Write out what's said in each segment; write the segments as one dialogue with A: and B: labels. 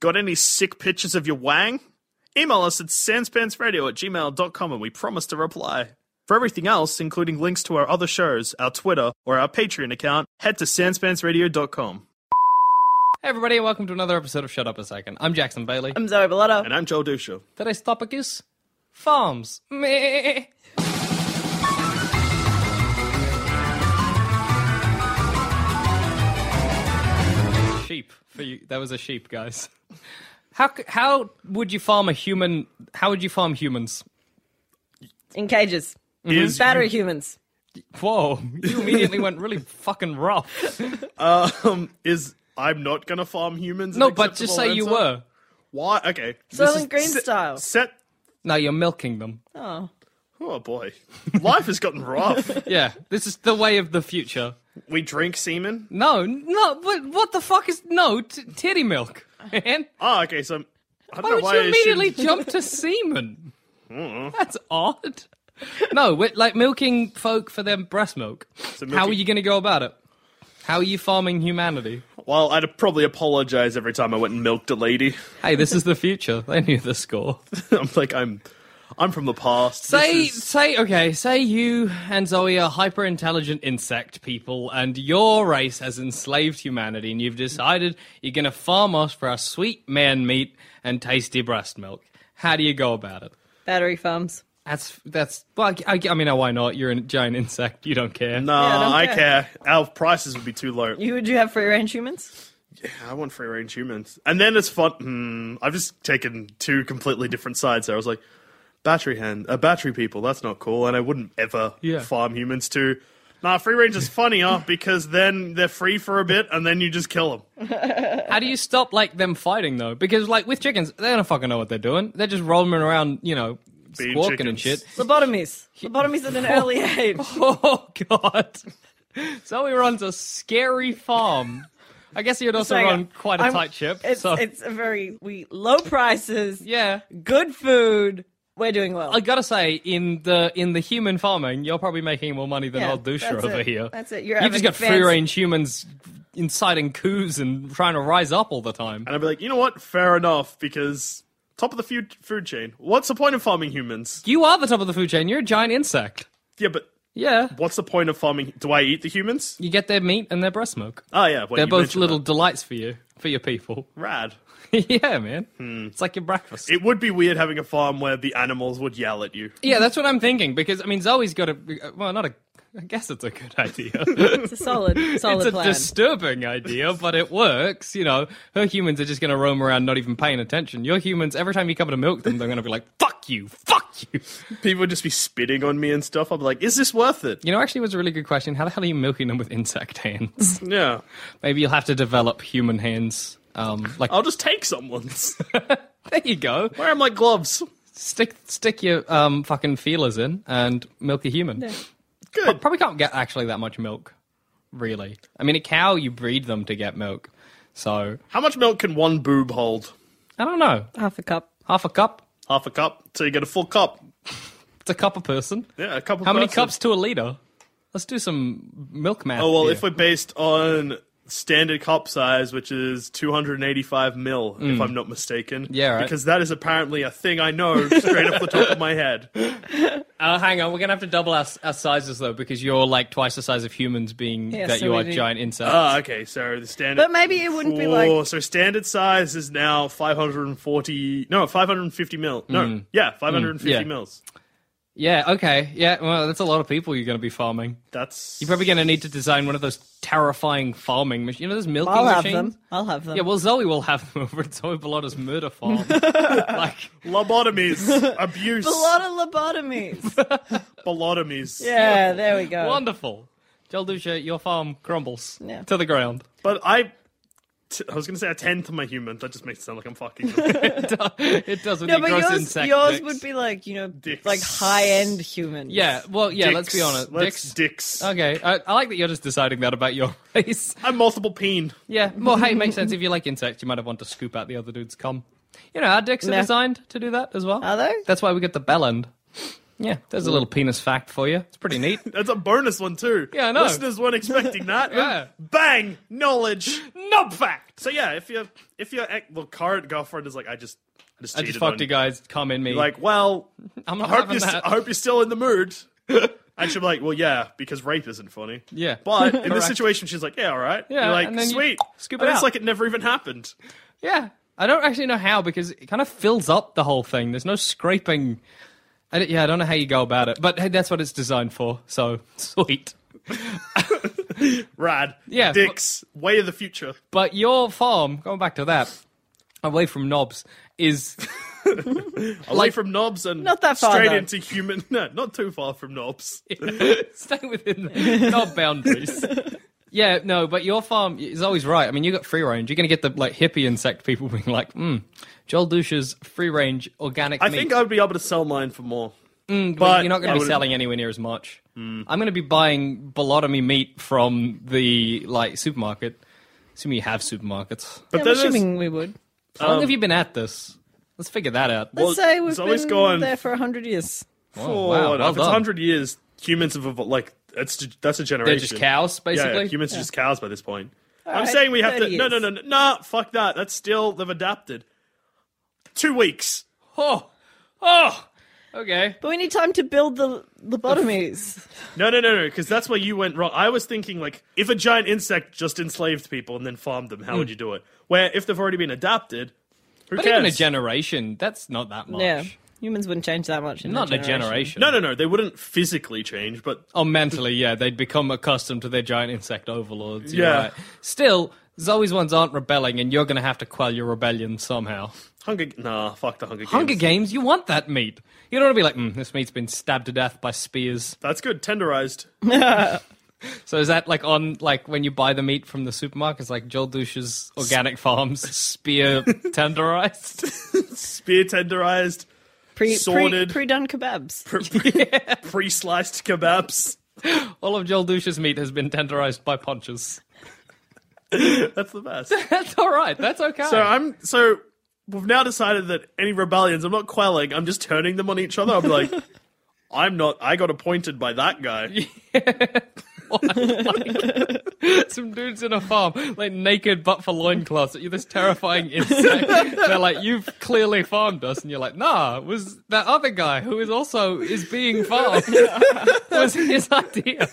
A: Got any sick pictures of your wang? Email us at sanspansradio at gmail.com and we promise to reply. For everything else, including links to our other shows, our Twitter, or our Patreon account, head to sanspansradio.com.
B: Hey everybody, and welcome to another episode of Shut Up a Second. I'm Jackson Bailey.
C: I'm Zoe Bellotta.
A: And I'm Joel Dusha.
B: Today's topic is farms. Meh. Sheep for you. That was a sheep, guys. How c- how would you farm a human? How would you farm humans?
C: In cages. Mm-hmm.
A: Is-
C: Battery humans.
B: Whoa! You immediately went really fucking rough.
A: Um, is I'm not gonna farm humans? an
B: No, but just say
A: acceptable
B: you
A: answer?
B: were.
A: Why? Okay.
C: Soylent Green style.
A: Set.
B: No, you're milking them.
C: Oh.
A: Oh boy, life has gotten rough.
B: Yeah, this is the way of the future.
A: we drink semen.
B: No, no, what, what the fuck is no t- titty milk? Man,
A: Oh, okay. So I don't
B: why
A: know
B: would
A: why
B: you
A: I
B: immediately
A: assumed-
B: jump to semen? That's odd. No, we're like milking folk for their breast milk. How
A: milking-
B: are you going to go about it? How are you farming humanity?
A: Well, I'd probably apologize every time I went and milked a lady.
B: Hey, this is the future. They knew the score.
A: I'm like, I'm, I'm from the past.
B: Say,
A: This is-
B: say, okay, say you and Zoe are hyper intelligent insect people, and your race has enslaved humanity, and you've decided you're going to farm us for our sweet man meat and tasty breast milk. How do you go about it?
C: Battery farms.
B: That's that's. Well, I, I mean, oh, why not? You're a giant insect. You don't care.
A: no,
C: Yeah, I don't
A: I
C: care.
A: care. Our prices would be too low.
C: You would you have free range humans?
A: I want free range humans. And then it's fun. Hmm, I've just taken two completely different sides there. I was like, battery hand, uh, battery people. That's not cool. And I wouldn't ever
B: Yeah.
A: farm humans to. Nah, free range is funnier because then they're free for a bit and then you just kill them.
B: How do you stop like them fighting though? Because like with chickens, they don't fucking know what they're doing. They're just roaming around, you know,
A: Being
B: squawking and
A: chickens.
B: shit.
C: Lobotomies. Lobotomies at an early age.
B: Oh god. Zoe runs a scary farm. I guess you'd also
C: Sorry,
B: run quite a
C: I'm-
B: tight ship.
C: It's,
B: so
C: it's a very we low prices,
B: yeah.
C: good food. We're doing well.
B: I gotta say, in the in the human farming, you're probably making more money than
C: Yeah,
B: old Dusha
C: that's
B: over
C: it.
B: here.
C: That's it. You're
B: You've
C: having
B: just got free
C: fancy-
B: range humans inciting coups and trying to rise up all the time.
A: And I'd be like, you know what? Fair enough because top of the food, food chain. What's the point of farming humans?
B: You are the top of the food chain. You're a giant insect.
A: Yeah, but
B: Yeah.
A: what's the point of farming? Do I eat the humans?
B: You get their meat and their breast milk.
A: Oh, yeah. Well,
B: They're
A: you
B: both
A: mentioned
B: little
A: that.
B: delights for you, for your people.
A: Rad.
B: yeah, man.
A: Hmm.
B: It's like your breakfast.
A: It would be weird having a farm where the animals would yell at you.
B: Yeah, that's what I'm thinking because I mean Zoe's got a uh, well, not a. I guess it's a good idea. it's
C: it's a solid, solid
B: a
C: plan.
B: disturbing idea, but it works. You know, her humans are just going to roam around, not even paying attention. Your humans, every time you come to milk them, they're going to be like, "Fuck you, fuck you."
A: People would just be spitting on me and stuff. I'm like, is this worth it?
B: You know, actually, it was a really good question. How the hell are you milking them with insect hands?
A: Yeah.
B: Maybe you'll have to develop human hands. Um, like
C: Oh.
A: I'll just take someone's.
B: there you go.
A: Where are my gloves?
B: Stick stick your um fucking feelers in and milk a human.
A: Good.
B: Probably can't get actually that much milk, really. I mean, a cow, you breed them to get milk. So,
A: How much milk can one boob hold?
B: I don't know.
C: Half a cup.
B: Half a cup?
A: Half a cup. So you get a full cup.
B: It's a cup a person.
A: Yeah, a cup of
B: How many
A: person.
B: cups to a litre? Let's do some milk math.
A: Oh, well,
B: here.
A: if we're based on standard cup size, which is 285 mil, if I'm not mistaken.
B: Hmm. Yeah, right.
A: Because that is apparently a thing I know straight off the top of my head.
B: Uh, hang on, we're gonna have to double our, our sizes though, because you're like twice the size of humans, being
C: Yeah,
B: that
C: so
B: you
C: we
B: are
C: do-
B: giant insects.
A: Ah, okay. So the standard.
C: But maybe it wouldn't be
A: Oh,
C: like-
A: so standard size is now 540. No, 550 mil. No, yeah, 550
B: Mm. yeah.
A: mils.
B: yeah, okay, yeah. Well, that's a lot of people you're gonna be farming.
A: That's
B: You're probably gonna need to design one of those terrifying farming machines. You know those milking
C: I'll have
B: machines.
C: them. I'll have them.
B: Yeah, well, Zoe will have them over at Zoe Bellotta's murder farm. like,
A: lobotomies, abuse,
C: a lot of lobotomies.
A: lobotomies.
C: yeah, there we go.
B: wonderful. Joel Dusha, your farm crumbles
C: Uh, Yeah.
B: to the ground.
A: But I, t- I was gonna say a tenth of my human. That just makes it sound like I'm fucking.
B: it doesn't.
C: No,
B: it
C: but
B: grows
C: yours,
B: insect
C: yours
B: dicks.
C: would be like you know,
A: Dicks.
C: like high end humans.
B: Yeah, well, yeah. let's be
A: Dicks.
B: honest.
A: Let's
B: Dicks. Uh,
A: dicks.
B: Okay, I, I like that you're just deciding that about your race.
A: I'm multiple peen.
B: Yeah, well, hey, it makes sense. If you like insects, you might have wanted to scoop out the other dude's cum. You know, our dicks are
C: Nah.
B: designed to do that as well.
C: Are they?
B: That's why we get the bell end. Yeah, there's a little penis fact for you. It's pretty neat.
A: That's a bonus one too.
B: Yeah, I know.
A: Listeners weren't expecting that.
B: Yeah.
A: Bang! Knowledge.
B: Knob fact!
A: So yeah, if you if your ex- well, current girlfriend is like, I just, I just,
B: I
A: cheated
B: just fucked
A: on
B: you guys, cum in me.
A: Like, well,
B: I'm
A: I
B: not
A: hope
B: having
A: you're, st-
B: that.
A: I hope you're still in the mood. And she'll be like, well, yeah, because rape isn't funny.
B: Yeah.
A: But in
B: Correct.
A: this situation, she's like, yeah, all right.
B: Yeah,
A: You're like,
B: and then you
A: sweet.
B: scoop
A: And
B: it
A: it's
B: out.
A: like it never even happened.
B: Yeah. I don't actually know how because it kind of fills up the whole thing. There's no scraping. I don't- yeah, I don't know how you go about it, but hey, that's what it's designed for. So sweet.
A: Rad.
B: Yeah,
A: Dicks. Way of the future.
B: But your farm, going back to that, away from knobs, is
A: Away from knobs and
C: Not that far,
A: straight
C: though.
A: into human. No, not too far from knobs.
B: stay within the knob boundaries. Yeah, no, but your farm is always right. I mean, you got free range. You're going to get the like hippie insect people being like, "Hmm, Joel Dusha's free range organic
A: I
B: meat."
A: think I'd be able to sell mine for more.
B: but you're not
A: I
B: going to be
A: wouldn't-
B: selling anywhere near as much. I'm going to be buying bolotomy meat from the like supermarket. Assuming you have supermarkets.
A: But
C: Yeah, I'm
A: then there's-
C: assuming we would.
B: How
A: Um,
B: long have you been at this? Let's figure that out.
A: Well,
C: Let's say we've
A: it's always
C: been
A: gone-
C: there for hundred years.
A: Oh,
B: wow,
A: wow,
B: well
A: if
B: done.
A: it's hundred years, humans have evol like that's that's a generation.
B: They're just cows,
A: Yeah,
B: basically.
A: humans are just cows by this point. I'm
C: right,
A: saying we have to.
C: 30
A: No, no,
C: years.
A: no, no, no. Fuck that. That's still they've adapted. Two weeks.
B: Oh, oh, okay.
C: But we need time to build the lobotomies.
A: No, no, no, no. Because that's where you went wrong. I was thinking like if a giant insect just enslaved people and then farmed them, how would you do it? Where if they've already been adapted,
B: Hmm.
A: who
B: But
A: cares?
B: even a generation, that's not that much.
C: yeah, humans wouldn't change that much. In
B: Not
C: their
B: a generation.
A: no, no, no. They wouldn't physically change, but
B: Oh, mentally, yeah. They'd become accustomed to their giant insect overlords. You're
A: Yeah.
B: Right. Still, Zoe's ones aren't rebelling, and you're going to have to quell your rebellion somehow.
A: Hunger. Nah, fuck the Hunger Games.
B: Hunger Games, you want that meat. You don't want to be like, mm, this meat's been stabbed to death by spears.
A: That's good. Tenderized.
B: So is that like on, like when you buy the meat from the supermarket, it's like Joel Dusha's Organic Farms spear tenderized?
A: Spear tenderized.
C: Pre, pre,
A: Sorted.
C: pre-done kebabs.
A: Pre-sliced kebabs.
B: All of Joel Dusha's meat has been tenderized by punches.
A: That's the best.
B: That's all right. That's okay.
A: So I'm so we've now decided that any rebellions I'm not quelling, I'm just turning them on each other. I'll be like, I'm not I got appointed by that guy.
B: some dudes in a farm, like naked but for loincloths, at you this terrifying insect. They're like, You've clearly farmed us and you're like, nah, it was that other guy who is also is being farmed was his idea.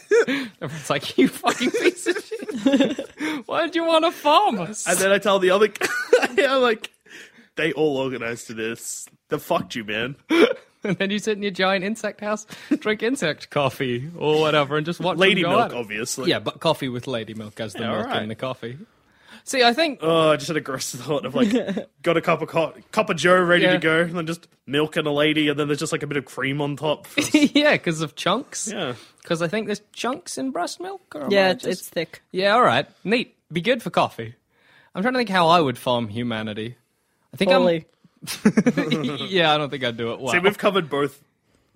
B: Everyone's like, You fucking piece of shit. Why'd you want to farm us?
A: And then I tell the other guy I'm like, they all organized to this. They fucked you, man.
B: Oh And then you sit in your giant insect house, drink insect coffee or whatever, and just watch them
A: Lady
B: go
A: milk,
B: at it.
A: obviously.
B: Yeah, but coffee with lady milk as the
A: Yeah,
B: milk
A: alright.
B: in the coffee. See, I think
A: Oh, I just had a gross thought of like got a cup of co- cup of Joe ready
B: Yeah.
A: to go, and then just milk and a lady, and then there's just like a bit of cream on top. For,
B: yeah, because of chunks.
A: yeah.
B: Because I think there's chunks in breast milk. Or am I
C: Yeah,
B: just-
C: it's thick.
B: yeah. All right, neat. Be good for coffee. I'm trying to think how I would farm humanity. I think
C: Fully.
B: I'm. yeah, I don't think I'd do it well.
A: See, we've covered both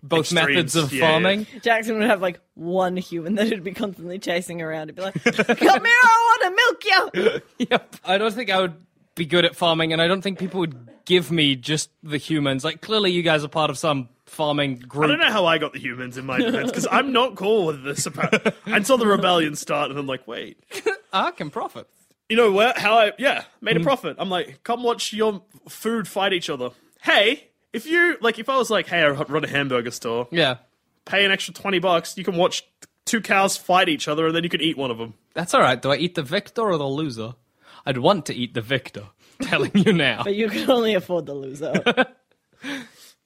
B: Both
A: extremes,
B: methods of
A: yeah, yeah.
B: farming.
C: Jackson would have like one human that he'd be constantly chasing around. He'd be like, "Come here, I want to milk you."
B: Yep. I don't think I would be good at farming, and I don't think people would give me just the humans. Like clearly, you guys are part of some farming group.
A: I don't know how I got the humans in my defense because I'm not cool with this appa- until the rebellion started. And I'm like, wait,
B: I can profit.
A: you know where how I yeah
B: Mm.
A: made a profit. I'm like, come watch your food fight each other. Hey, if you like, if I was like, hey, I run a hamburger store,
B: Yeah.
A: pay an extra twenty bucks, you can watch two cows fight each other, and then you can eat one of them.
B: That's all right. Do I eat the victor or the loser? I'd want to eat the victor. Telling you now.
C: But you can only afford the loser.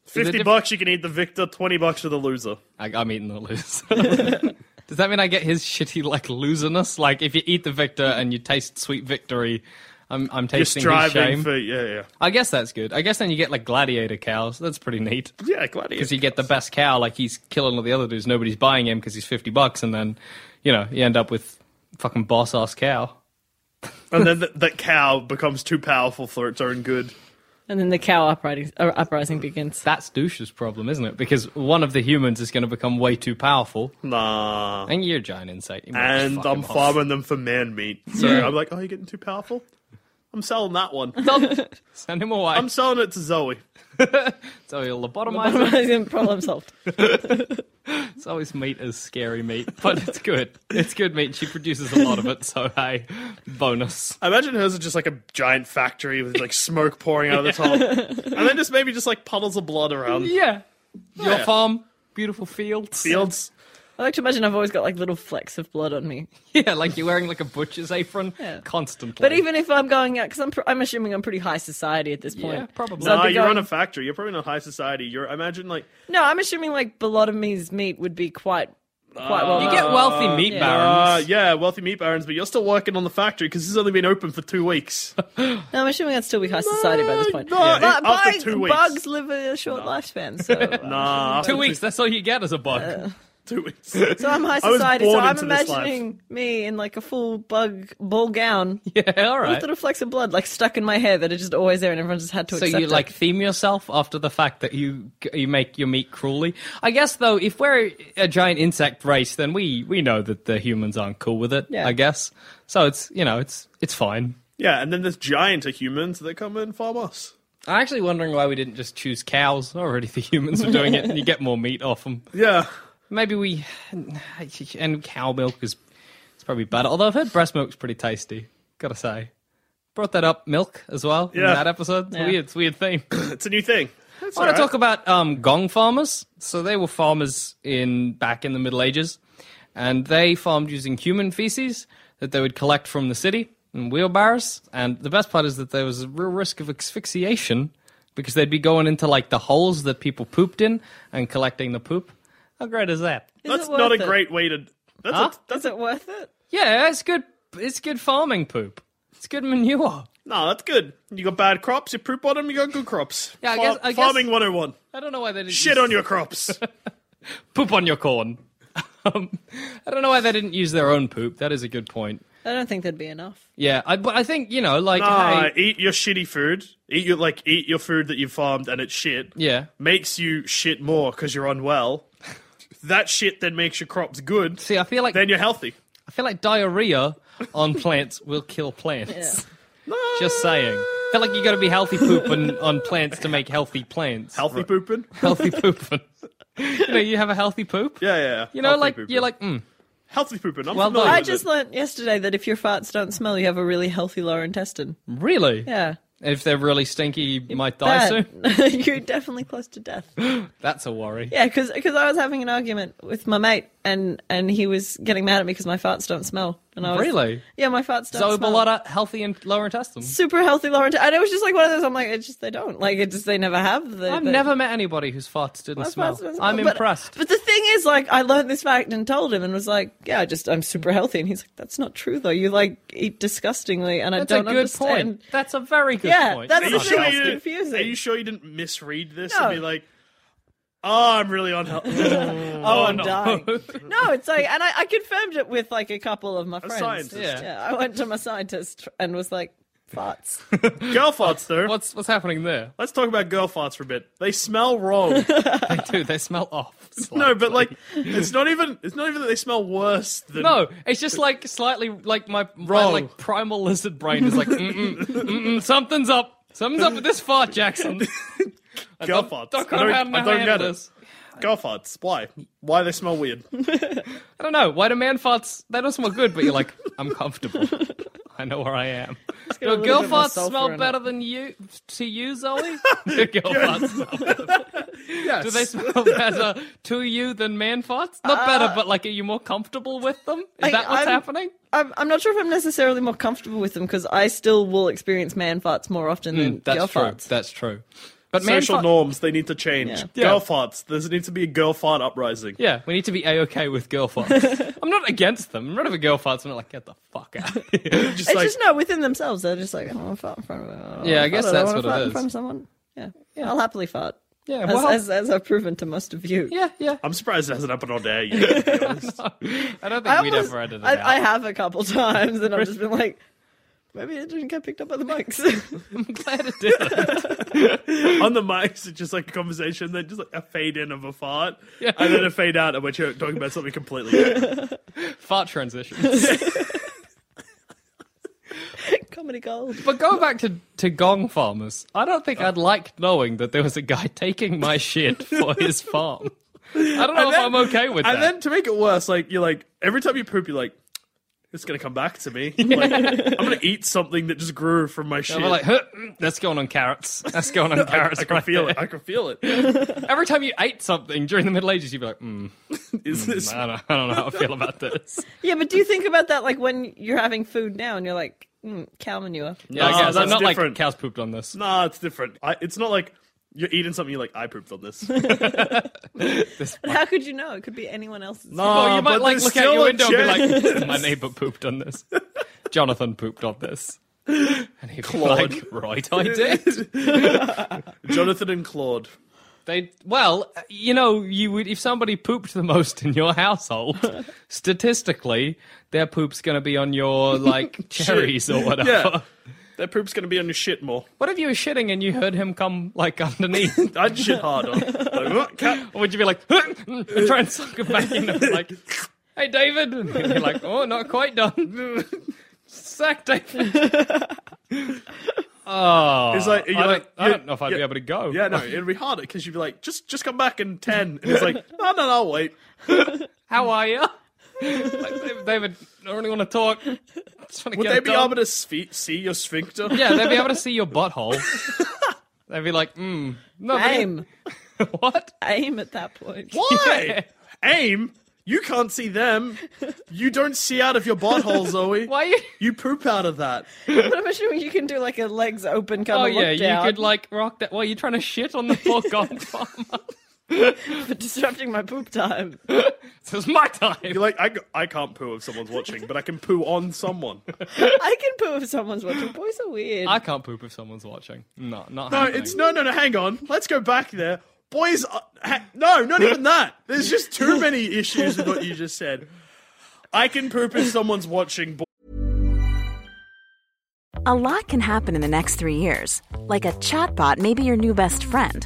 A: Fifty
B: diff-
A: bucks, you can eat the victor. Twenty bucks for the loser.
B: I, I'm eating the loser. Does that mean I get his shitty like loserness? Like if you eat the victor and you taste sweet victory, I'm I'm
A: You're
B: tasting his
A: striving
B: shame.
A: for yeah, yeah,
B: I guess that's good. I guess then you get like gladiator cows. That's pretty neat.
A: yeah. Glad
B: Because you get the best cow, like he's killing all the other dudes. Nobody's buying him because he's fifty bucks, and then you know you end up with fucking boss ass cow.
A: and then th- that cow becomes too powerful for its own good.
C: and then the cow uprising, uh, uprising begins.
B: That's douche's problem, isn't it? Because one of the humans is going to become way too powerful,
A: Nah.
B: and you're a giant insect. You might just
A: And
B: fuck
A: I'm
B: him off.
A: farming them for man meat. So
B: Yeah.
A: I'm like, oh, you're getting too powerful. I'm selling that one.
B: Send him away.
A: I'm selling it to Zoe.
B: so he'll lobotomize him.
C: Uprising, problem solved.
B: It's always meat is scary meat, but it's good. It's good meat. She produces a lot of it, so hey, bonus.
A: I imagine hers is just like a giant factory with like smoke pouring out of the top, and then just maybe just like puddles of blood around
B: Yeah. Your
A: Yeah.
B: farm, beautiful fields.
A: fields.
C: I like to imagine I've always got like little flecks of blood on me.
B: Yeah, like you're wearing like a butcher's apron
C: Yeah.
B: constantly.
C: But even if I'm going out, because I'm, pr- I'm assuming I'm pretty high society at this point.
B: Yeah, probably.
C: So I'd
A: Nah,
C: be
A: you run
C: going-
A: a factory. You're probably not high society. You're I imagine like
C: No, I'm assuming like Bolotomy's meat would be quite quite well.
B: you get
C: known.
B: wealthy meat
C: yeah.
A: uh,
B: barons.
A: yeah, wealthy meat barons, but you're still working on the factory because this has only been open for two weeks.
C: No, I'm assuming I'd still be high society by this point.
A: No, Yeah.
C: But
A: after
C: bugs,
A: two weeks.
C: bugs live a short lifespan, so uh,
A: Nah, after
B: Two weeks, that's all you get as a bug.
A: Two weeks.
C: So I'm high
A: I was
C: society. So
A: born
C: I'm
A: into this life.
C: imagining me in like a full bug ball gown
B: yeah, all
C: with
B: right.
C: little flecks of blood like stuck in my hair that are just always there, and everyone just had to.
B: So
C: accept
B: you
C: it.
B: like theme yourself after the fact that you you make your meat cruelly. I guess though, if we're a giant insect race, then we we know that the humans aren't cool with it.
C: Yeah.
B: I guess so. It's you know it's it's fine.
A: yeah, and then there's giant of humans that come and farm us.
B: I'm actually wondering why we didn't just choose cows. Already the humans are doing it, and you get more meat off them.
A: Yeah,
B: Maybe we and cow milk is it's probably better. Although I've heard breast milk's pretty tasty. Gotta say, brought that up milk as well in
A: Yeah.
B: that episode. It's
C: Yeah.
B: weird, it's a weird theme.
A: it's a new thing. That's
B: I want
A: alright.
B: to talk about um, gong farmers. So they were farmers in back in the Middle Ages, and they farmed using human feces that they would collect from the city in wheelbarrows. And the best part is that there was a real risk of asphyxiation because they'd be going into like the holes that people pooped in and collecting the poop. How great is that?
C: Is
A: That's
C: it worth
A: not a
C: it?
A: great way to. That's
B: Huh?
A: a,
C: Is it worth it?
B: Yeah, it's good. It's good farming poop. It's good manure.
A: no, that's good. You got bad crops, you poop on them, you got good crops.
B: Yeah, I guess- I guess-
A: farming 101.
B: I don't know why they didn't
A: Shit
B: use-
A: on your crops.
B: poop on your corn. um, I don't know why they didn't use their own poop. That is a good point.
C: I don't think that'd be enough.
B: Yeah, I, but I think you know, like,
A: Ah,
B: hey,
A: eat your shitty food. Eat your like eat your food that you farmed and it's shit.
B: yeah,
A: Makes you shit more because you're unwell. that shit then makes your crops good.
B: See, I feel like
A: Then you're healthy.
B: I feel like diarrhea on plants will kill plants. Just saying. I feel like you got to be healthy pooping on plants to make healthy plants.
A: Healthy pooping.
B: healthy pooping. you know, you have a healthy poop.
A: Yeah, yeah. yeah.
B: You know,
A: Healthy
B: like
A: pooping.
B: you're like, mm,
A: healthy pooping. I'm
B: Well
A: familiar
B: done.
C: I
A: with
C: just
A: it.
C: learned yesterday that if your farts don't smell, you have a really healthy lower intestine.
A: Hmm.
B: really?
C: Yeah.
B: If they're really stinky, you might die
C: Bad.
B: soon.
C: You're definitely close to death.
B: That's a worry.
C: Yeah, because I was having an argument with my mate, and and he was getting mad at me because my farts don't smell. And I was,
B: Really?
C: Yeah, my farts don't.
B: Zoe
C: smell.
B: Bellotta, healthy and lower intestine.
C: super healthy Lauren. And it was just like one of those. I'm like, it's just they don't like it. Just they never have. The,
B: I've
C: the-
B: never met anybody whose farts didn't
C: My
B: smell.
C: farts don't smell.
B: I'm
C: But-
B: impressed.
C: But the thing is, like, I learned this fact and told him, and was like, yeah, I just I'm super healthy. And he's like, that's not true though. You like eat disgustingly, and
B: That's
C: I
B: a
C: don't
B: good
C: understand.
B: point. That's a very good
C: Yeah,
B: point.
C: that
A: Are
C: is a
A: you,
C: It's
A: sure
C: not
A: you,
C: confusing.
A: are you sure you didn't misread this
C: No.
A: and be like, "Oh, I'm really unhealthy."
C: Oh,
A: oh,
C: I'm dying. No, it's like, and I, I confirmed it with like a couple of my friends.
A: scientist.
B: Yeah.
C: yeah, I went to my scientist and was like, farts.
A: Girl farts though.
B: What's what's happening there?
A: Let's talk about girl farts for a bit. They smell wrong.
B: They do. They smell off.
A: no, but like, it's not even. It's not even that they smell worse than
B: No, it's just like slightly like my, my
A: Wrong.
B: like primal lizard brain is like mm-mm, mm-mm, something's up. Something's up with this fart, Jackson.
A: girl farts.
B: Don't
A: I
B: come
A: don't,
B: out and
A: I don't
B: handle
A: get it.
B: this.
A: Girl farts. Why? Why they smell weird?
B: I don't know. Why do man farts? They don't smell good, but you're like, I'm comfortable. I know where I am. Do girl
C: a little bit more
B: farts
C: sulfur
B: smell
C: in
B: better than you to you, Zoe? Do girl farts smell
A: yes.
B: Do they smell better to you than man farts? Not better, but like, are you more comfortable with them? Is
C: Uh, I-
B: that what's
C: I'm-
B: happening?
C: I'm, I'm not sure if I'm necessarily more comfortable with them because I still will experience man farts more often than girl farts.
B: Hmm, That's true. But man
A: Social
B: fart-
A: norms they need to change.
C: Yeah.
B: Yeah.
A: Girl farts. There needs to be a girl fart uprising.
B: Yeah, we need to be a okay with girl farts. I'm not against them. I'm not a girl farts. I'm not like get the fuck out. of here.
A: Just
C: It's
A: like
C: just no within themselves. They're just like, I don't want to fart in front of anyone.
B: Yeah, I guess
C: I don't
B: that's
C: wanna
B: what it
C: fart
B: is.
C: In front of someone. Yeah. yeah, I'll happily fart.
B: Yeah,
C: as,
B: well-
C: as, as I've proven to most of you.
B: yeah, yeah.
A: I'm surprised it hasn't happened on air yet. to be honest.
B: I don't think
C: I,
B: we'd
C: almost-
B: ever edited it out.
C: I, I have a couple times, and I've just been like, maybe it didn't get picked up by the mics.
B: I'm glad it did.
A: on the mics, it's just like a conversation, then just like a fade in of a fart, and then a fade out, and we're talking about something completely different.
B: Fart transitions.
C: Comedy gold.
B: But go back to, to gong farmers. I don't think I'd like knowing that there was a guy taking my shit for his farm. I don't know if I'm okay with
A: and
B: that.
A: then to make it worse, like you're like every time you poop, you're like, it's gonna come back to me. Like, I'm gonna eat something that just grew from my shit.
B: And we're like, huh, mm, that's going on carrots. That's going on
A: I, I
B: carrots.
A: can
B: right
A: feel
B: there.
A: it. I can feel it.
B: Every time you ate something during the Middle Ages, you'd be like, mm,
A: Is this?
B: I, don't, I don't know how I feel about this.
C: Yeah, but do you think about that like when you're having food now and you're like, mm, cow manure?
B: Yeah, I guess.
A: No,
B: I'm
A: Oh, that's
B: not like
A: different.
B: cows pooped on this.
A: Nah, it's different. I, it's not like you're eating something. You're like, I pooped on this.
C: How could you know? It could be anyone else's.
B: Well, you might
A: but
B: like
A: there's
B: look out
A: still
B: your
A: a
B: window and
A: chance.
B: be like, "Hmm, my neighbor pooped on this. Jonathan pooped on this. And he'd be like, right, I did.
A: Jonathan and Claude.
B: They well, you know, you would if somebody pooped the most in your household, statistically, their poop's going to be on your like cherries or whatever.
A: Yeah. Their poop's gonna be on your shit more.
B: What if you were shitting and you heard him come like underneath?
A: I'd shit harder. Like, "What? Cat-
B: or would you be like, and try and suck it back in? and be Like, hey, David, and you're like, oh, not quite done. Sack David. Oh,
A: It's like- you're
B: I,
A: like-
B: don't, I don't
A: you-
B: know if I'd be
A: yeah.
B: able to go.
A: Yeah, no, it'd be harder because you'd be like, just just come back in ten, and it's like, no, no, no, wait.
B: How are you? like, David, I really want to talk. Just want to
A: Would
B: get
A: they
B: it
A: be
B: done.
A: able to spe- see your sphincter?
B: Yeah, they'd be able to see your butthole. they'd be like, mm, no, they-
C: aim,
B: what?
C: aim at that point.
A: Why? Aim. You can't see them. You don't see out of your butthole, Zoe.
B: Why? you-
A: You poop out of that.
C: But I'm assuming you can do like a legs open kind
B: Oh
C: of look
B: yeah,
C: down
B: you could like rock that. Well, you're trying to shit on the poor gong farmer.
C: for disrupting my poop time.
B: this is my time.
A: You're like, I, I can't poo if someone's watching, but I can poo on someone.
C: I can poop if someone's watching. Boys are weird.
B: I can't poop if someone's watching. No, not
A: No,
B: happening.
A: it's no, no, no. Hang on. Let's go back there. Boys, uh, ha- no, not even that. There's just too many issues with what you just said. I can poop if someone's watching. Boy,
D: A lot can happen in the next three years. Like a chatbot may be your new best friend.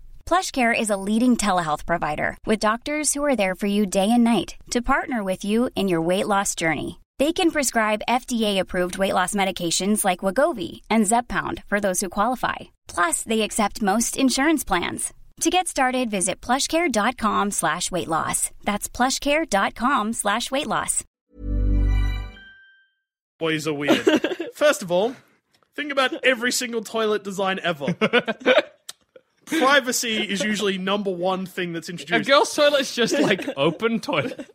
E: PlushCare is a leading telehealth provider with doctors who are there for you day and night to partner with you in your weight loss journey. They can prescribe FDA-approved weight loss medications like Wagovi and Zepbound for those who qualify. Plus, they accept most insurance plans. To get started, visit plushcare.com slash weight loss. That's plushcare.com slash weight loss.
A: boys are weird. First of all, Think about every single toilet design ever. Privacy is usually number one thing that's
B: A
A: introduced.
B: girl's toilet's just like open toilet.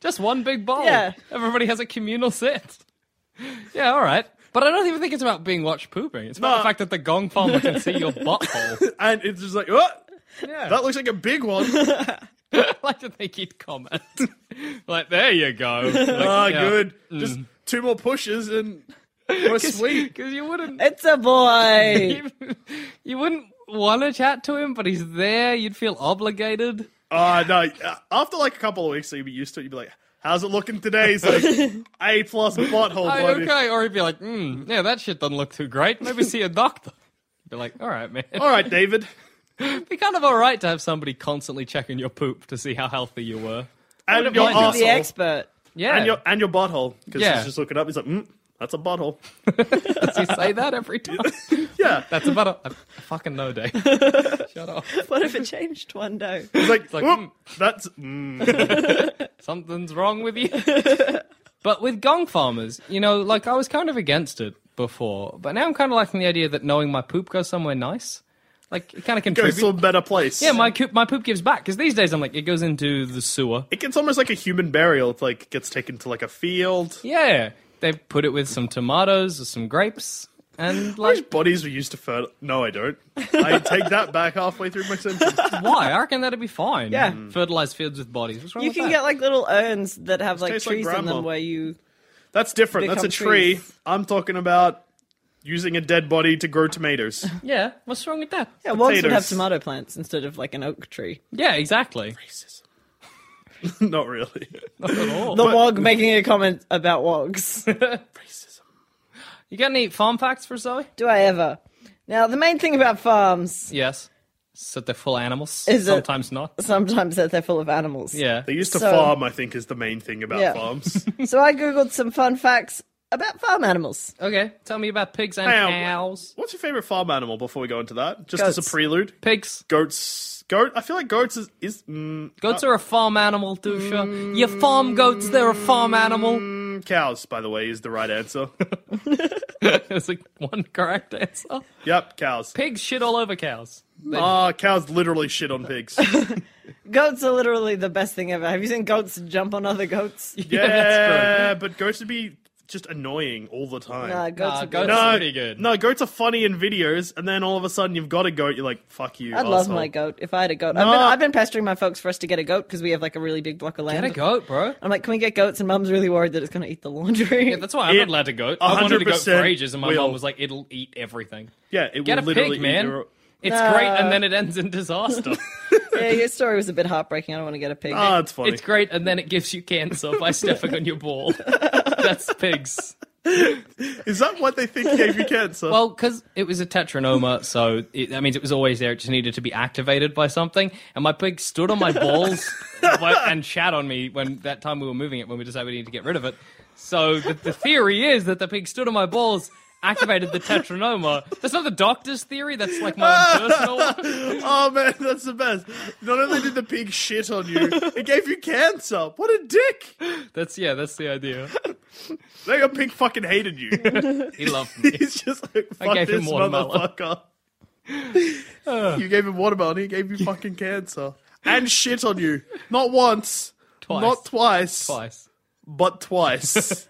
B: Just one big bowl.
C: Yeah.
B: Everybody has a communal set. Yeah, all right. But I don't even think it's about being watched pooping. It's about
A: No.
B: the fact that the gong farmer can see your butthole.
A: and it's just like, oh,
B: Yeah.
A: that looks like a big one.
B: I like to think he'd comment. like, there you go. Like,
A: Ah,
B: yeah. Mm.
A: good. Just two more pushes and we're sweet.
B: Because you wouldn't,
C: It's a boy.
B: you wouldn't want to chat to him, but he's there. You'd feel obligated.
A: Ah, no. uh, After like a couple of weeks, so you'd be used to it. You'd be like, how's it looking today? He's like, A plus
B: Oh,
A: butthole. buddy.
B: okay. Or he'd be like, mm, yeah, that shit doesn't look too great. Maybe see a doctor. Be like, all right, man.
A: All right, David.
B: It'd be kind of all right to have somebody constantly checking your poop to see how healthy you were.
A: And your
B: mind
C: the
A: arsehole.
C: expert.
B: Yeah.
A: And your, and your butthole. Because
B: Yeah.
A: he's just looking up. He's like, mm, that's a butthole.
B: Does he say that every time?
A: Yeah.
B: That's about a, I fucking no day. Shut up.
C: What if it changed one day?
A: He's like,
B: like,
A: "Whoop,
B: mm.
A: that's. Mm.
B: something's wrong with you. but with gong farmers, you know, like I was kind of against it before, but now I'm kind of liking the idea that knowing my poop goes somewhere nice, like it kind of
A: goes
B: contributes.
A: to a better place.
B: yeah, my coop, my poop gives back because these days I'm like it goes into the sewer.
A: It gets almost like a human burial. It's like gets taken to like a field.
B: Yeah, they put it with some tomatoes or some grapes, and
A: Those
B: like
A: bodies were used to fer. No, I don't. I take that back halfway through my sentence.
B: why? I reckon that'd be fine. Mm.
C: Yeah.
B: fertilized fields with bodies. What's wrong
C: You
B: with
C: can
B: that?
C: get like little urns that have like
A: tastes like
C: trees in
A: grandma.
C: them where you.
A: That's different. That's a
C: Become
A: tree.
C: trees.
A: I'm talking about using a dead body to grow tomatoes.
B: yeah. What's wrong with that?
C: Yeah, Wogs would have
A: Potatoes.
C: tomato plants instead of like an oak tree.
B: Yeah, exactly.
A: Not really.
C: The Wog making a comment about Wogs.
B: You got any farm facts for Zoe?
C: Do I ever? Now, the main thing about farms,
B: Yes. So they're full animals.
C: Is it-
B: Sometimes not.
C: sometimes that they're full of animals.
B: Yeah.
A: They used to
C: So-
A: farm. I think is the main thing about
C: Yeah.
A: farms.
C: So I googled some fun facts about farm animals.
B: Okay, tell me about pigs and
A: Now,
B: cows.
A: What's your favorite farm animal? Before we go into that, just as a
C: Goats.
A: prelude,
B: Pigs.
A: goats. Goat. I feel like goats is is. Mm,
B: Goats are a farm animal, Dusha. Your farm goats, they're a farm animal.
A: mm, cows, by the way, is the right answer.
B: There's like one correct answer.
A: yep, cows.
B: Pigs shit all over cows. They-
A: Ah, cows literally shit on pigs.
C: Goats are literally the best thing ever. Have you seen goats jump on other goats?
A: Yeah,
B: that's
A: but goats would be just annoying all the time.
C: Nah, goats
B: Nah,
C: are
B: goats
C: good.
B: are
A: no,
B: pretty good.
A: No, goats are funny in videos, and then all of a sudden you've got a goat. You're like, "Fuck you!"
C: I'd love
A: asshole.
C: my goat if I had a goat. I've, been,
A: No.
C: I've been pestering my folks for us to get a goat because we have like a really big block of land.
B: Get a goat, bro.
C: I'm like, can we get goats? And mum's really worried that it's going to eat the laundry.
B: Yeah, that's why I'm
A: It-
B: not allowed to goat. I wanted a goat for
A: 100%
B: ages, and my
A: will.
B: mom was like, "It'll eat everything."
A: Yeah, it
B: Get a
A: will literally
B: pig,
A: eat
B: man.
A: your-
B: It's great, and then it ends in disaster.
C: yeah, your story was a bit heartbreaking. I don't want to get a pig.
A: Ah, it's funny.
B: it's great, and then it gives you cancer by stepping on your ball. That's pigs.
A: Is that what they think gave you cancer?
B: Well, because it was a tetranoma, so it, that means it was always there. It just needed to be activated by something. And my pig stood on my balls wh- and shat on me when that time we were moving it when we decided we needed to get rid of it. So the, the theory is that the pig stood on my balls, activated the tetranoma. That's not the doctor's theory. That's like my own personal one.
A: oh man, that's the best. Not only did the pig shit on you, it gave you cancer. What a dick!
B: That's yeah. That's the idea.
A: Like a pig fucking hated you.
B: He loved me.
A: He's just like,
B: I
A: "Fuck
B: gave him
A: this
B: watermelon."
A: motherfucker." you gave him watermelon. He gave you fucking cancer and shit on you. Not once.
B: Twice.
A: Not twice,
B: Twice.
A: but twice.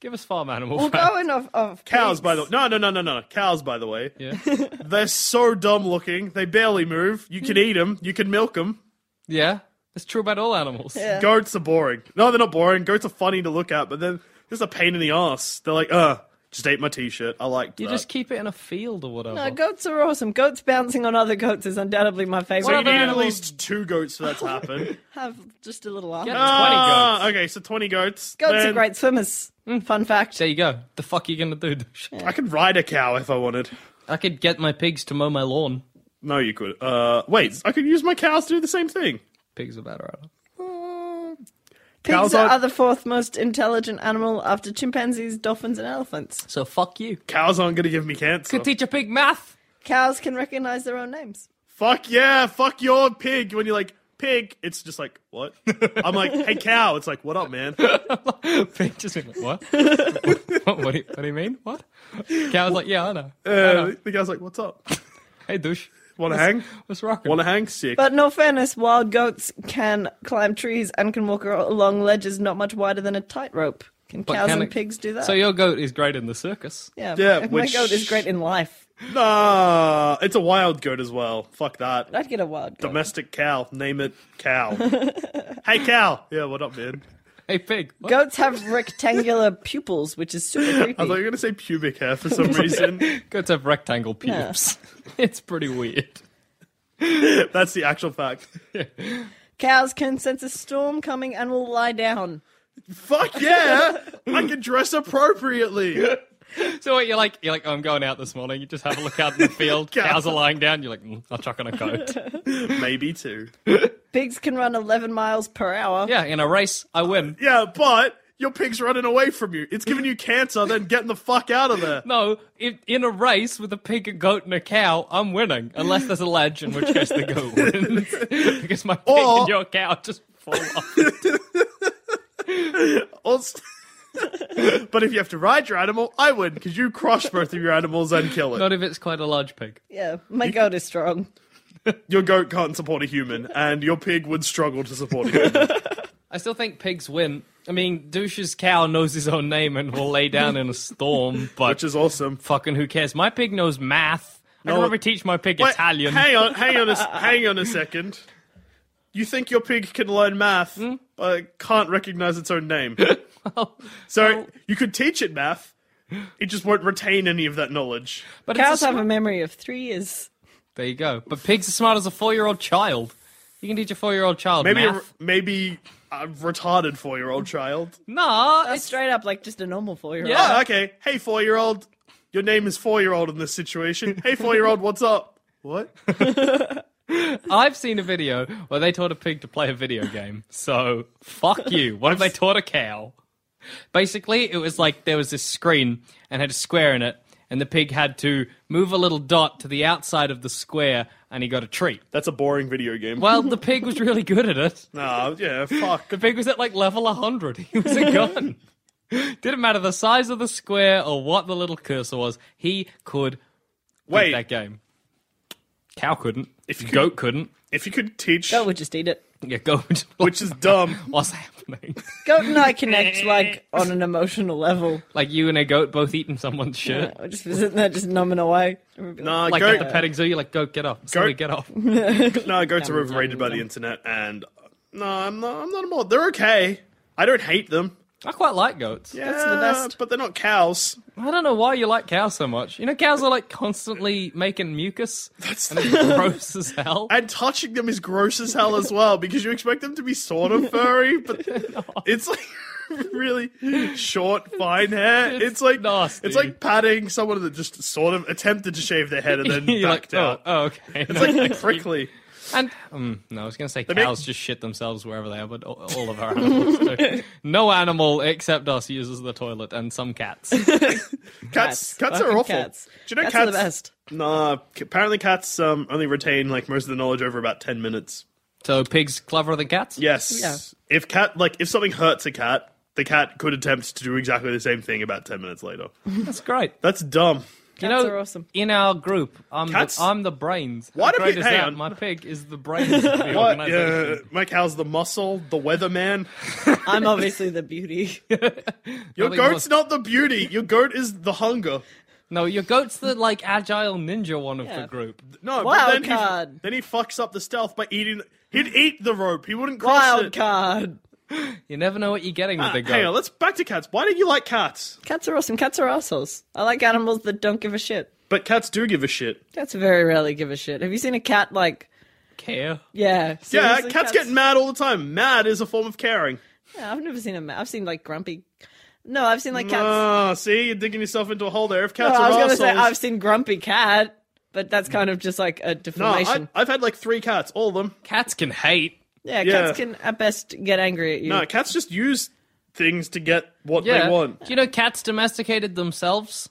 B: Give us farm animal.
C: Well,
B: facts.
C: going off of
A: Cows,
C: pigs,
A: by the way. No, no, no, no, no. Cows, by the way.
B: Yeah.
A: They're so dumb looking. They barely move. You can eat them. You can milk them.
B: Yeah. That's true about all animals. Yeah.
A: Goats are boring. No, they're not boring. Goats are funny to look at, but then there's a pain in the ass. They're like, uh, just ate my t-shirt. I liked
B: You
A: that.
B: just keep it in a field or whatever.
C: No, goats are awesome. Goats bouncing on other goats is undoubtedly my favorite.
A: so you
B: What
A: need
B: other
A: at
B: animals-
A: least two goats for that to happen.
C: Have just a little arm.
B: Get
A: Ah,
B: 20 goats.
A: Okay, so 20 goats.
C: Goats are
A: Then
C: great swimmers.
B: Hmm.
C: Fun fact.
B: There you go. The fuck you gonna do? Dusha?
A: I could ride a cow if I wanted.
B: I could get my pigs to mow my lawn.
A: No, you could. Uh, wait, I could use my cows to do the same thing.
B: Pigs are better at it. Mm,
C: Pigs
A: cows
C: are,
A: aren't-
C: the fourth most intelligent animal after chimpanzees, dolphins, and elephants.
B: So fuck you.
A: Cows aren't going to give me cancer.
B: Could teach a pig math.
C: Cows can recognize their own names.
A: fuck yeah, fuck your pig when you're like, pig, it's just like, what? I'm like, hey, cow. It's like, what up, man?
B: Pig just went, what? what, what, do you, what do you mean? What? Cow was like, yeah, I know.
A: Uh, the guy's like, what's up?
B: Hey, douche.
A: Want to
B: What's-
A: hang?
B: What's rocking?
A: Want to hang? Sick.
C: But in all fairness, wild goats can climb trees and can walk ar- along ledges not much wider than a tightrope. Can
B: But
C: cows
B: can
C: and
B: it-
C: pigs do that?
B: So your goat is great in the circus.
C: yeah,
A: Yeah,
C: my-
A: which-
C: my goat is great in life.
A: Nah, it's a wild goat as well. Fuck that.
C: I'd get a wild goat.
A: Domestic cow. Name it cow. hey, cow. Yeah, what up, man?
B: Hey, pig. What?
C: Goats have rectangular pupils, which is super creepy.
A: I thought you were gonna say pubic hair for some reason.
B: Goats have rectangle pubes. it's pretty weird.
A: That's the actual fact.
C: Cows can sense a storm coming and will lie down.
A: Fuck yeah! I can dress appropriately.
B: So what, you're like, you're like, oh, I'm going out this morning. You just have a look out in the field.
A: Cow.
B: Cows are lying down. You're like, mm, I'll chuck on a coat.
A: Maybe two.
C: Pigs can run 11 miles per hour.
B: yeah, in a race, I win.
A: Yeah, but your pig's running away from you. It's giving you cancer, then getting the fuck out of there.
B: No, in, in a race with a pig, a goat, and a cow, I'm winning. Unless there's a ledge, in which case the goat wins. because my pig
A: Or-
B: and your cow just fall off.
A: Also- but if you have to ride your animal, I win, because you crush both of your animals and kill it.
B: Not if it's quite a large pig.
C: Yeah, my goat is strong.
A: your goat can't support a human, and your pig would struggle to support a human.
B: I still think pigs win. I mean, Douche's cow knows his own name and will lay down in a storm, but
A: which is awesome.
B: fucking who cares? My pig knows math. I can
A: No.
B: never teach my pig
A: Wait,
B: Italian.
A: Hang on, hang on, a, s- hang on a second. You think your pig can learn math,
B: Hmm?
A: but it can't recognize its own name. so
B: Oh.
A: you could teach it math. It just won't retain any of that knowledge.
B: But it's a
C: Cows
B: sm-
C: have a memory of three years.
B: there you go. But pigs are smart as a four-year-old child. You can teach a four-year-old child
A: Maybe, a,
B: math.
A: re- maybe a retarded four-year-old child.
B: nah,
C: That's
B: it's-
C: straight up like just a normal four year old.
B: Yeah.
A: Oh, okay. Hey, four-year-old. Your name is four-year-old in this situation. Hey, four-year-old, what's up? What?
B: I've seen a video where they taught a pig to play a video game. So fuck you. What if they taught a cow? Basically, it was like there was this screen and had a square in it, and the pig had to move a little dot to the outside of the square, and he got a treat.
A: That's a boring video game.
B: Well, the pig was really good at it.
A: Nah, yeah, fuck.
B: The pig was at like level 100. He was a gun. Didn't matter the size of the square or what the little cursor was. He could beat
A: Wait.
B: that game. Cow couldn't. If goat couldn't.
A: If you could teach,
C: Goat would just eat it.
B: Yeah, goat.
A: which is dumb.
B: what's happening?
C: Goat and I connect like on an emotional level.
B: Like you and a goat both eating someone's shirt.
C: I just was sitting there just numbing away.
A: Nah,
B: Like
A: goat,
B: at the petting zoo, you're like, goat, get off. Somebody get off.
A: No, goats are overrated by the internet, and uh, no, I'm not. I'm not a mod. They're okay. I don't hate them.
B: I quite like goats.
A: Yeah,
C: are the best.
A: But they're not cows.
B: I don't know why you like cows so much. You know, cows are like constantly making mucus. That's and it's gross as hell.
A: And touching them is gross as hell as well because you expect them to be sort of furry, but it's like really short, fine hair. It's, like
B: nasty.
A: It's like patting someone that just sort of attempted to shave their head and then
B: You're like,
A: backed
B: oh,
A: out.
B: oh, okay.
A: It's like a prickly.
B: And um, no, I was going to say
A: make-
B: cows just shit themselves wherever they are, but all, all of our animals do. No animal except us uses the toilet, and some cats.
A: Cats, cats, are
C: Fucking
A: awful.
C: Cats.
A: Do you know
C: cats,
A: cats?
C: are the best.
A: Nah, apparently cats um, only retain like most of the knowledge over about ten minutes.
B: so pigs cleverer than cats.
A: Yes. If cat like if something hurts a cat, the cat could attempt to do exactly the same thing about ten minutes later.
B: that's great.
A: That's dumb.
C: Cats
B: you know,
C: are awesome.
B: in our group, I'm
A: Cats-
B: the, I'm the brains.
A: Why
B: How
A: do
B: great
A: pig-
B: is
A: hang
B: that?
A: on.
B: My pig is the brains of the
A: What?
B: organization.
A: Yeah, my cow's the muscle, the weatherman.
C: I'm obviously the beauty.
A: Your
B: Nothing
A: goat's
B: was-
A: not the beauty. Your goat is the hunger.
B: No, your goat's the like agile ninja one of the
C: Yeah.
B: group.
A: No,
C: Wild
A: but then he
C: card.
A: then he fucks up the stealth by eating. He'd eat the rope. He wouldn't cross
C: Wild
A: it.
C: card.
B: You never know what you're getting with
A: Ah,
B: a
A: Hang on,
B: goat.
A: let's back to cats. Why do you like cats?
C: Cats are awesome. Cats are assholes. I like animals that don't give a shit.
A: But cats do give a shit.
C: Cats very rarely give a shit. Have you seen a cat like?
B: Care.
C: Yeah.
A: Yeah,
C: seriously,
A: cats, get mad all the time. Mad is a form of caring.
C: Yeah, I've never seen a. ma- I've seen like grumpy. No, I've seen like cats.
A: Ah, see, you're digging yourself into a hole there. If cats
C: No, I
A: are
C: was gonna say
A: assholes-
C: I've seen grumpy cat, but that's kind of just like a
A: no,
C: deformation.
A: I, I've had like three cats, all of them.
B: Cats can hate.
C: Yeah,
A: Yeah.
C: cats can at best get angry at you.
A: No, cats just use things to get what
B: Yeah.
A: they want.
B: Do you know cats domesticated themselves?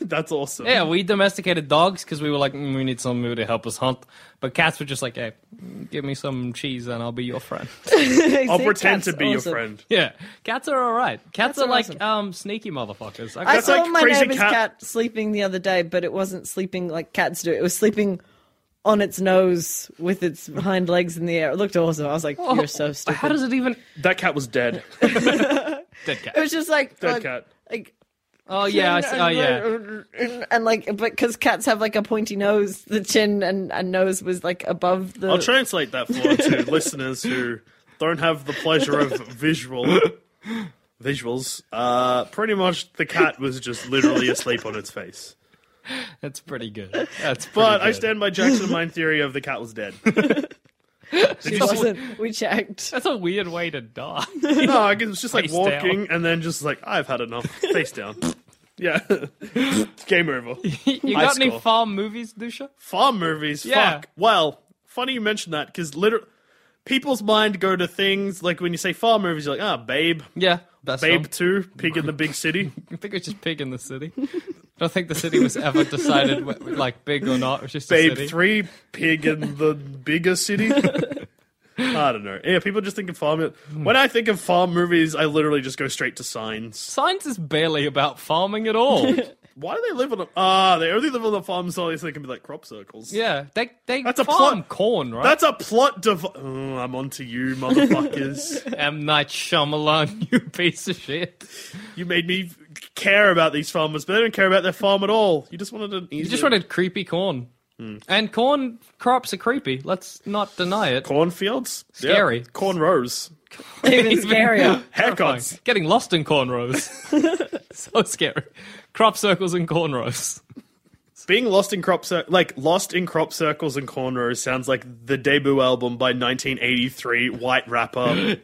A: That's awesome.
B: Yeah, we domesticated dogs because we were like, mm, we need somebody to help us hunt. But cats were just like, hey, give me some cheese and I'll be your friend.
A: I'll
C: See,
A: pretend
C: cats,
A: to be your
C: awesome.
A: friend.
B: yeah, cats are all right. Cats,
C: Cats
B: are,
C: are
B: like
C: awesome.
B: um sneaky motherfuckers. I
C: I
B: guess
A: That's
C: saw
A: like
C: my
A: crazy
C: neighbor's
A: cat-
C: cat. sleeping the other day, but it wasn't sleeping like cats do. It was sleeping on its nose with its hind legs in the air. It looked awesome. I was like, "You're
B: Oh,
C: so stupid."
B: how does it even?
A: That cat was dead.
B: Dead
C: it
B: cat.
C: was just like
A: Dead
C: like,
A: cat.
C: like
B: Oh yeah, I
C: chin
B: see. oh yeah.
C: and, and, and, like but because cats have like a pointy nose, the chin and, and nose was like above the.
A: I'll translate that for to listeners who don't have the pleasure of visual visuals. Uh, pretty much, the cat was just literally asleep on its face.
B: That's pretty good. That's pretty
A: But I
B: good.
A: stand by Jackson Mine theory of the cat was dead.
C: She wasn't. We checked.
B: That's a weird way to die.
A: no, I guess it was just like
B: Face
A: walking and then just like I've had enough. Face down. Yeah, game over.
B: you
A: High
B: got any
A: score.
B: farm movies, Dusha?
A: Farm movies.
B: Yeah.
A: Fuck. Well, funny you mention that because literally, people's mind go to things like when you say farm movies, you're like ah, Babe,
B: Yeah, that's
A: Babe Two, Pig in the Big City.
B: I think it was just Pig in the City. I don't think the city was ever decided wh- like big or not. It was just a
A: Babe
B: city.
A: Three, Pig in the bigger city. I don't know. Yeah, people just think of farm. When I think of farm movies, I literally just go straight to signs.
B: Science is barely about farming at all.
A: Why do they live on a? Ah, they only live on the farm so they can be like crop circles.
B: yeah, they they
A: That's a
B: farm
A: plot-
B: corn, right?
A: That's a plot device. Oh, I'm onto you, motherfuckers.
B: M Night Shyamalan, you piece of shit.
A: you made me care about these farmers, but they don't care about their farm at all. You just wanted an easy.
B: You just wanted creepy corn,
A: Hmm.
B: and corn crops are creepy. Let's not deny it.
A: cornfields.
B: Scary.
A: Yeah. Corn rows.
C: Even scarier.
A: Haircuts.
B: Getting lost in cornrows, so scary. Crop circles and cornrows.
A: Being lost in crop cir- like lost in crop circles and cornrows sounds like the debut album by 1983 white rapper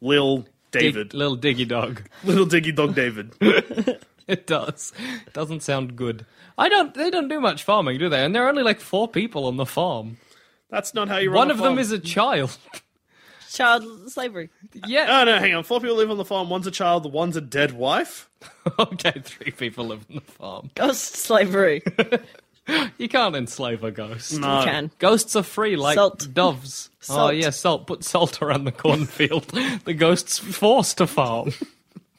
A: Lil
B: Dig-
A: David,
B: little diggy dog.
A: Little Diggy Dog David.
B: It does. It doesn't sound good. I don't. They don't do much farming, do they? And there are only like four people on the farm.
A: That's not how you run.
B: One
A: a
B: of them
A: farm.
B: is a child.
C: Child slavery.
B: yeah.
A: Oh no, hang on. Four people live on the farm. One's a child. One's a dead wife.
B: okay. Three people live on the farm.
C: Ghost slavery.
B: You can't enslave a ghost.
A: No.
C: Can.
B: Ghosts are free, like
C: Salt.
B: doves. Oh
C: Salt.
B: yeah, salt. Put salt around the cornfield. the ghost's forced to farm.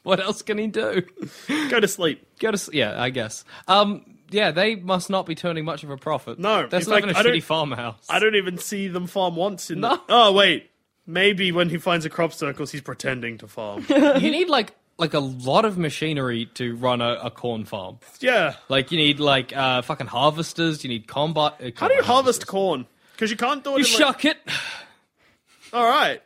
B: what else can he do?
A: Go to sleep.
B: Go to s- yeah, I guess. Um, yeah, they must not be turning much of a profit.
A: No,
B: that's
A: in
B: not
A: fact,
B: even a
A: I don't-
B: shitty farmhouse.
A: I don't even see them farm once in.
B: No.
A: The- oh wait, maybe when he finds a crop circles, he's pretending to farm.
B: you need like like a lot of machinery to run a, a corn farm.
A: yeah.
B: Like you need like uh, fucking harvesters. You need combat. Uh,
A: How do you harvest corn? Because you can't do it.
B: You
A: in, like-
B: shuck it.
A: All right,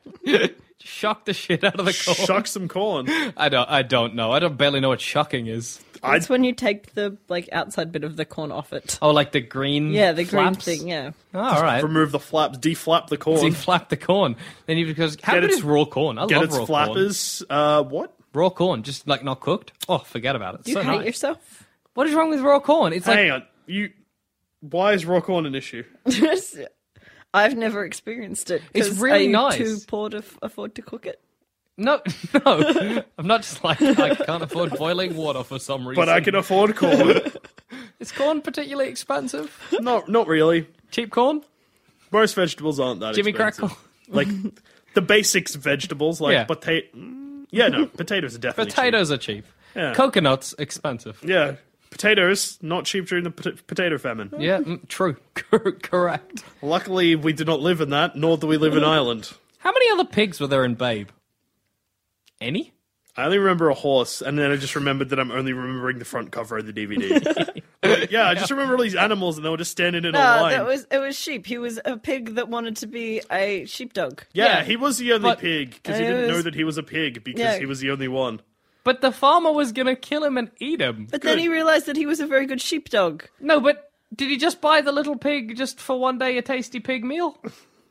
B: Shuck the shit out of the corn.
A: shuck some corn.
B: I don't. I don't know. I don't barely know what shucking is.
C: That's when you take the like outside bit of the corn off it.
B: Oh, like the green.
C: Yeah, the green
B: flaps?
C: thing. Yeah.
B: Oh, all right.
A: Remove the flaps. Deflap the corn.
B: So you flap the corn. Then you because how
A: Get
B: good
A: its-
B: is raw corn? I
A: Get
B: love
A: its
B: raw corn.
A: flappers. Uh, what?
B: Raw corn, just like not cooked. Oh, forget about it.
C: You
B: so
C: hate
B: nice.
C: yourself.
B: What is wrong with raw corn? It's like
A: Hang on. You. Why is raw corn an issue?
C: I've never experienced it.
B: It's
C: 'cause
B: really
C: are you
B: nice.
C: Too poor to f- afford to cook it.
B: no, no. I'm not just like I can't afford boiling water for some reason.
A: But I can afford corn.
B: Is corn particularly expensive?
A: no, not really.
B: Cheap corn?
A: Most vegetables aren't that.
B: Jimmy
A: expensive.
B: Crackle.
A: Like the basics vegetables, like
B: Yeah.
A: potato. Yeah, no, potatoes are definitely cheap.
B: Potatoes are cheap.
A: Yeah.
B: Coconuts expensive.
A: Yeah, potatoes not cheap during the pot- potato famine.
B: Yeah, mm, true. Cor- Correct.
A: Luckily, we do not live in that, nor do we live in Ireland.
B: How many other pigs were there in Babe? Any?
A: I only remember a horse, and then I just remembered that I'm only remembering the front cover of the DVD. yeah, I just remember all these animals, and they were just standing in a
C: No,
A: line.
C: that was it was sheep. He was a pig that wanted to be a sheepdog.
A: yeah,
B: yeah,
A: he was the only
B: but-
A: pig because he
C: And it
A: didn't know
C: was-
A: that he was a pig because
C: Yeah.
A: he was the only one.
B: But the farmer was gonna kill him and eat him.
C: But then he realized that he was a very good sheepdog.
B: No, but did he just buy the little pig just for one day a tasty pig meal?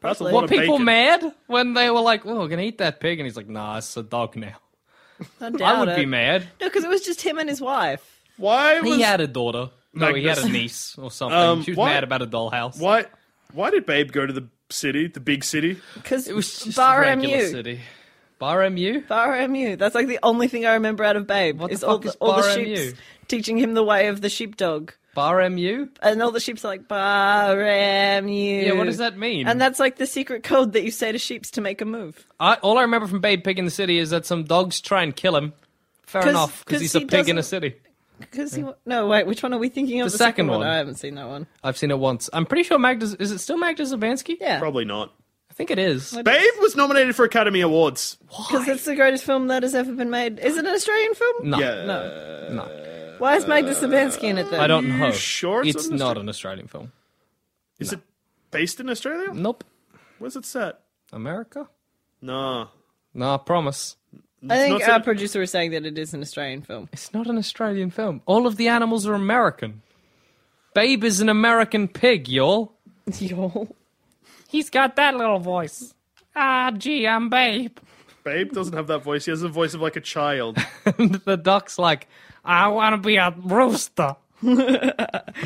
A: That's a
C: Were
A: lot
B: Were
A: of
B: people
A: bacon.
B: mad when they were like, "Oh, we're gonna eat that pig," and he's like, "Nah, it's a dog now."
C: I,
B: I
C: doubt
B: would
C: it.
B: be mad.
C: No, because it was just him and his wife.
A: Why was
B: He had a daughter. No, he had a
A: Magnus-
B: niece or something.
A: Um,
B: she was
A: why-
B: mad about a dollhouse.
A: why? Why did Babe go to the city, the big city?
C: Because
B: It was just
C: Bar
B: a regular
C: MU.
B: city. Bar MU?
C: Bar MU. That's like the only thing I remember out of Babe.
B: What the
C: is all
B: fuck
C: the,
B: is
C: all the
B: Bar
C: sheeps
B: MU?
C: teaching him the way of the sheepdog.
B: Bar MU?
C: And all the sheeps are like, Bar MU.
B: Yeah, what does that mean?
C: And that's like the secret code that you say to sheeps to make a move.
B: I, all I remember from Babe Pig in the City is that some dogs try and kill him. Fair
C: 'Cause-
B: enough,
C: 'cause
B: because he's
C: he
B: a pig in
C: doesn't-
B: a city.
C: Because he. No, wait, which one are we thinking of?
B: The second one.
C: I haven't seen that one.
B: I've seen it once. I'm pretty sure Magda. Is it still Magda Zabansky?
C: Yeah.
A: Probably not.
B: I think it is.
A: Babe was nominated for Academy Awards.
C: Because it's the greatest film that has ever been made. Is it an Australian film?
B: No.
A: Yeah.
C: No.
B: No.
C: Why is Magda Sabansky in it then?
B: I don't know.
A: sure it's
B: it's
A: an
B: not
A: Austra-
B: an Australian film.
A: Is it based in Australia?
B: Nope.
A: Where's it set?
B: America?
A: No.
B: No, I promise.
C: I think
A: not so-
C: our producer was saying that it is an Australian film.
B: It's not an Australian film. All of the animals are American. Babe is an American pig, y'all.
C: Y'all.
B: He's got that little voice. Ah, gee, I'm Babe.
A: Babe doesn't have that voice. He has the voice of like a child.
B: And the duck's like, I want to be a rooster. right?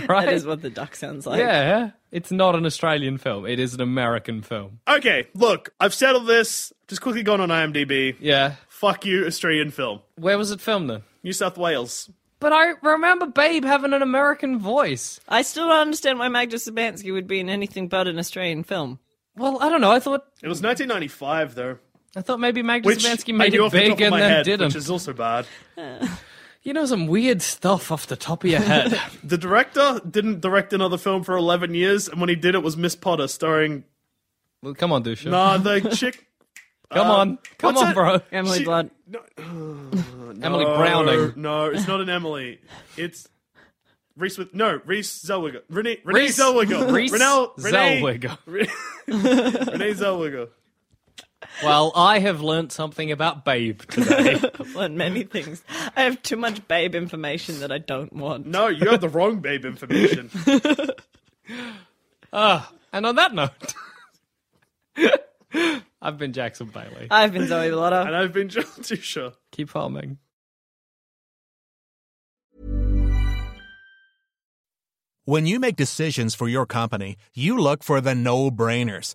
C: That is what the duck sounds like.
B: yeah. It's not an Australian film. It is an American film.
A: okay, look, I've settled this. Just quickly gone on IMDb.
B: Yeah.
A: Fuck you, Australian film.
B: Where was it filmed then?
A: New South Wales.
B: But I remember Babe having an American voice.
C: I still don't understand why Magda Sabansky would be in anything but an Australian film.
B: Well, I don't know. I thought
A: It was 1995, though.
B: I thought maybe Magda
A: Which
B: Szymanski
A: I
B: made
A: knew
B: it
A: off the top
B: big
A: of
B: and
A: my
B: then
A: head,
B: didn't.
A: which is also bad.
B: You know some weird stuff off the top of your head.
A: The director didn't direct another film for 11 years, and when he did, it was Miss Potter, starring
B: well, come on, Dusha.
A: uh, the chick.
B: come on, come
A: uh, what's
B: on,
A: it-
B: bro.
C: Emily
A: She-
C: Blunt.
B: Emily
A: No,
B: Browning.
A: No, it's not an Emily. It's Reese with no Reese Zellweger. Renee Renee
B: Reese
A: Zellweger.
B: Reese
A: Renee, Renee,
B: Zellweger.
A: Renee Zellweger.
B: Well, I have learnt something about Babe today.
C: on many things. I have too much babe information that I don't want.
A: No, you have the wrong babe information.
B: Ah, and on that note, I've been Jackson Bailey.
C: I've been Zoe
A: and
C: Lotto.
A: I've been John Tusha.
B: Keep farming.
F: When you make decisions for your company, you look for the no brainers.